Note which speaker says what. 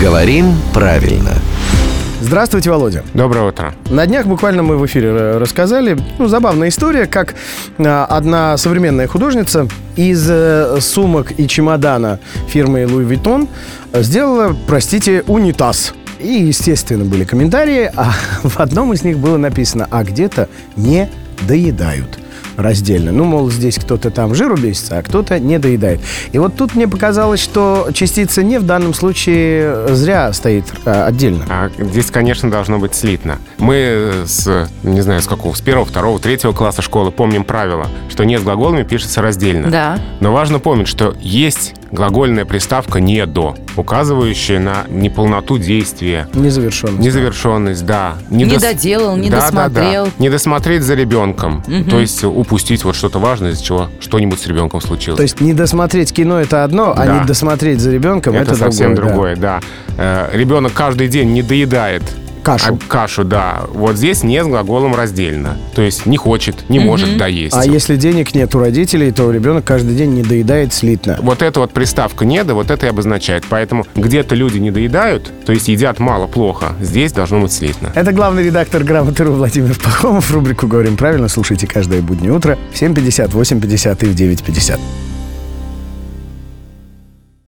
Speaker 1: Говорим правильно.
Speaker 2: Здравствуйте, Володя.
Speaker 3: Доброе утро.
Speaker 2: На днях буквально мы в эфире э, рассказали ну, забавная история, как э, одна современная художница из э, сумок и чемодана фирмы Louis Vuitton э, сделала, простите, унитаз. И, естественно, были комментарии, а в одном из них было написано «А где-то не доедают» раздельно. Ну, мол, здесь кто-то там жиру бесится, а кто-то не доедает. И вот тут мне показалось, что частица «не» в данном случае зря стоит э, отдельно.
Speaker 3: А здесь, конечно, должно быть слитно. Мы э, с, не знаю, с какого, с первого, второго, третьего класса школы помним правило, что «не» с глаголами пишется раздельно.
Speaker 4: Да.
Speaker 3: Но важно помнить, что есть глагольная приставка «не до», указывающая на неполноту действия,
Speaker 2: Незавершенно.
Speaker 3: незавершенность, да.
Speaker 4: Не
Speaker 3: дос-
Speaker 4: доделал, не
Speaker 3: Да, да, да.
Speaker 4: досмотрел.
Speaker 3: Не досмотреть за ребенком. То есть упустить вот что-то важное, из-за чего что-нибудь с ребенком случилось.
Speaker 2: То есть не досмотреть кино это одно, а
Speaker 3: Да.
Speaker 2: не досмотреть за ребенком это,
Speaker 3: Ну, это, совсем
Speaker 2: другое.
Speaker 3: другое, да. Э, Ребенок каждый день не доедает
Speaker 2: Кашу.
Speaker 3: а, кашу, да. Вот здесь не с глаголом раздельно. То есть не хочет, не может доесть.
Speaker 2: да. А если денег нет у родителей, то ребенок каждый день не доедает слитно.
Speaker 3: Вот эта вот приставка «не», да, вот это и обозначает. Поэтому где-то люди не доедают, то есть едят мало, плохо. Здесь должно быть слитно.
Speaker 2: Это главный редактор «Грамоты.ру» Владимир Пахомов. Рубрику «Говорим правильно» слушайте каждое буднее утро в 7.50, 8.50 и в 9.50.